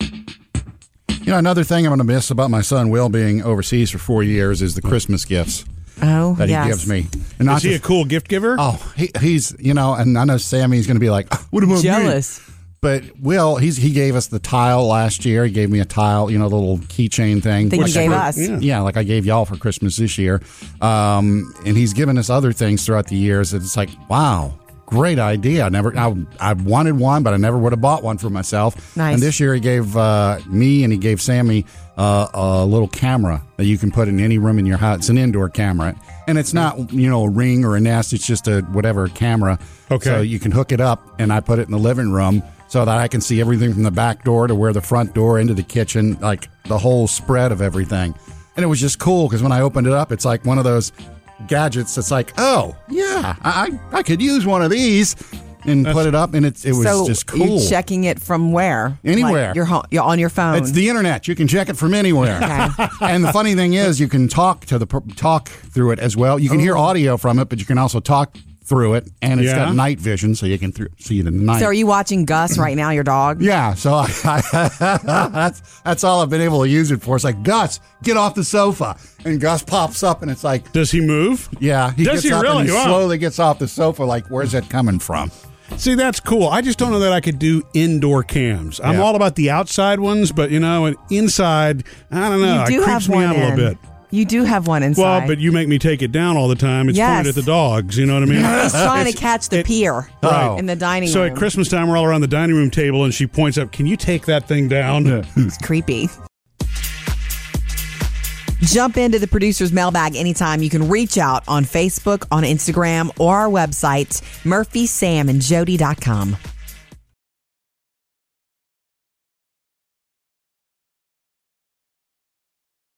B: You know, another thing I'm going to miss about my son Will being overseas for four years is the Christmas gifts
C: Oh,
B: that
C: yes.
B: he gives me.
A: Is he a cool gift giver?
B: Oh, he, he's you know, and I know Sammy's going to be like, "Ah, "What about me?"
C: Jealous.
B: But Will, he's he gave us the tile last year. He gave me a tile, you know, the little keychain thing.
C: That you
B: Which-
C: gave us.
B: Yeah. like I gave y'all for Christmas this year. Um, and he's given us other things throughout the years. And it's like, wow, great idea. I never, I, I wanted one, but I never would have bought one for myself.
C: Nice.
B: And this year he gave uh, me and he gave Sammy uh, a little camera that you can put in any room in your house. It's an indoor camera. And it's not, you know, a ring or a nest. It's just a whatever camera.
A: Okay.
B: So you can hook it up, and I put it in the living room so that I can see everything from the back door to where the front door into the kitchen, like the whole spread of everything. And it was just cool because when I opened it up, it's like one of those gadgets that's like, oh yeah, I I, I could use one of these, and put it up, and it it was
C: so
B: just cool.
C: You're checking it from where?
B: Anywhere.
C: Like you're, home, you're on your phone.
B: It's the internet. You can check it from anywhere.
C: Okay.
B: and the funny thing is, you can talk to the per- talk through it as well. You can hear audio from it, but you can also talk through it, and it's
A: Oh. Yeah.
B: got night vision, so you can thr- see it in the night.
C: so are you watching Gus right now? Your dog?
B: yeah, so I, that's that's all I've been able to use it for. It's like Gus, get off the sofa, and Gus pops up, and it's like,
A: Does he move?
B: yeah, he
A: Does
B: gets
A: he
B: up
A: really?
B: and he
A: Wow.
B: slowly gets off the sofa. Like, where's that coming from?
A: See, that's cool. I just don't know that I could do indoor cams. I'm
B: Yeah.
A: all about the outside ones, but you know, an inside, I don't know.
C: you do
A: it creeps
C: have
A: me
C: one
A: out a
C: in.
A: little bit.
C: You do have one inside.
A: Well, but you make me take it down all the time. It's
C: Yes.
A: pointed at the dogs. You know what I mean?
C: He's trying to catch the pier
A: Right.
C: in the dining
A: so
C: room.
A: at Christmas time, we're all around the dining room table, and she points up, "Can you take that thing down?"
C: It's creepy. Jump into the producer's mailbag anytime. You can reach out on Facebook, on Instagram, or our website, murphysamandjody.com.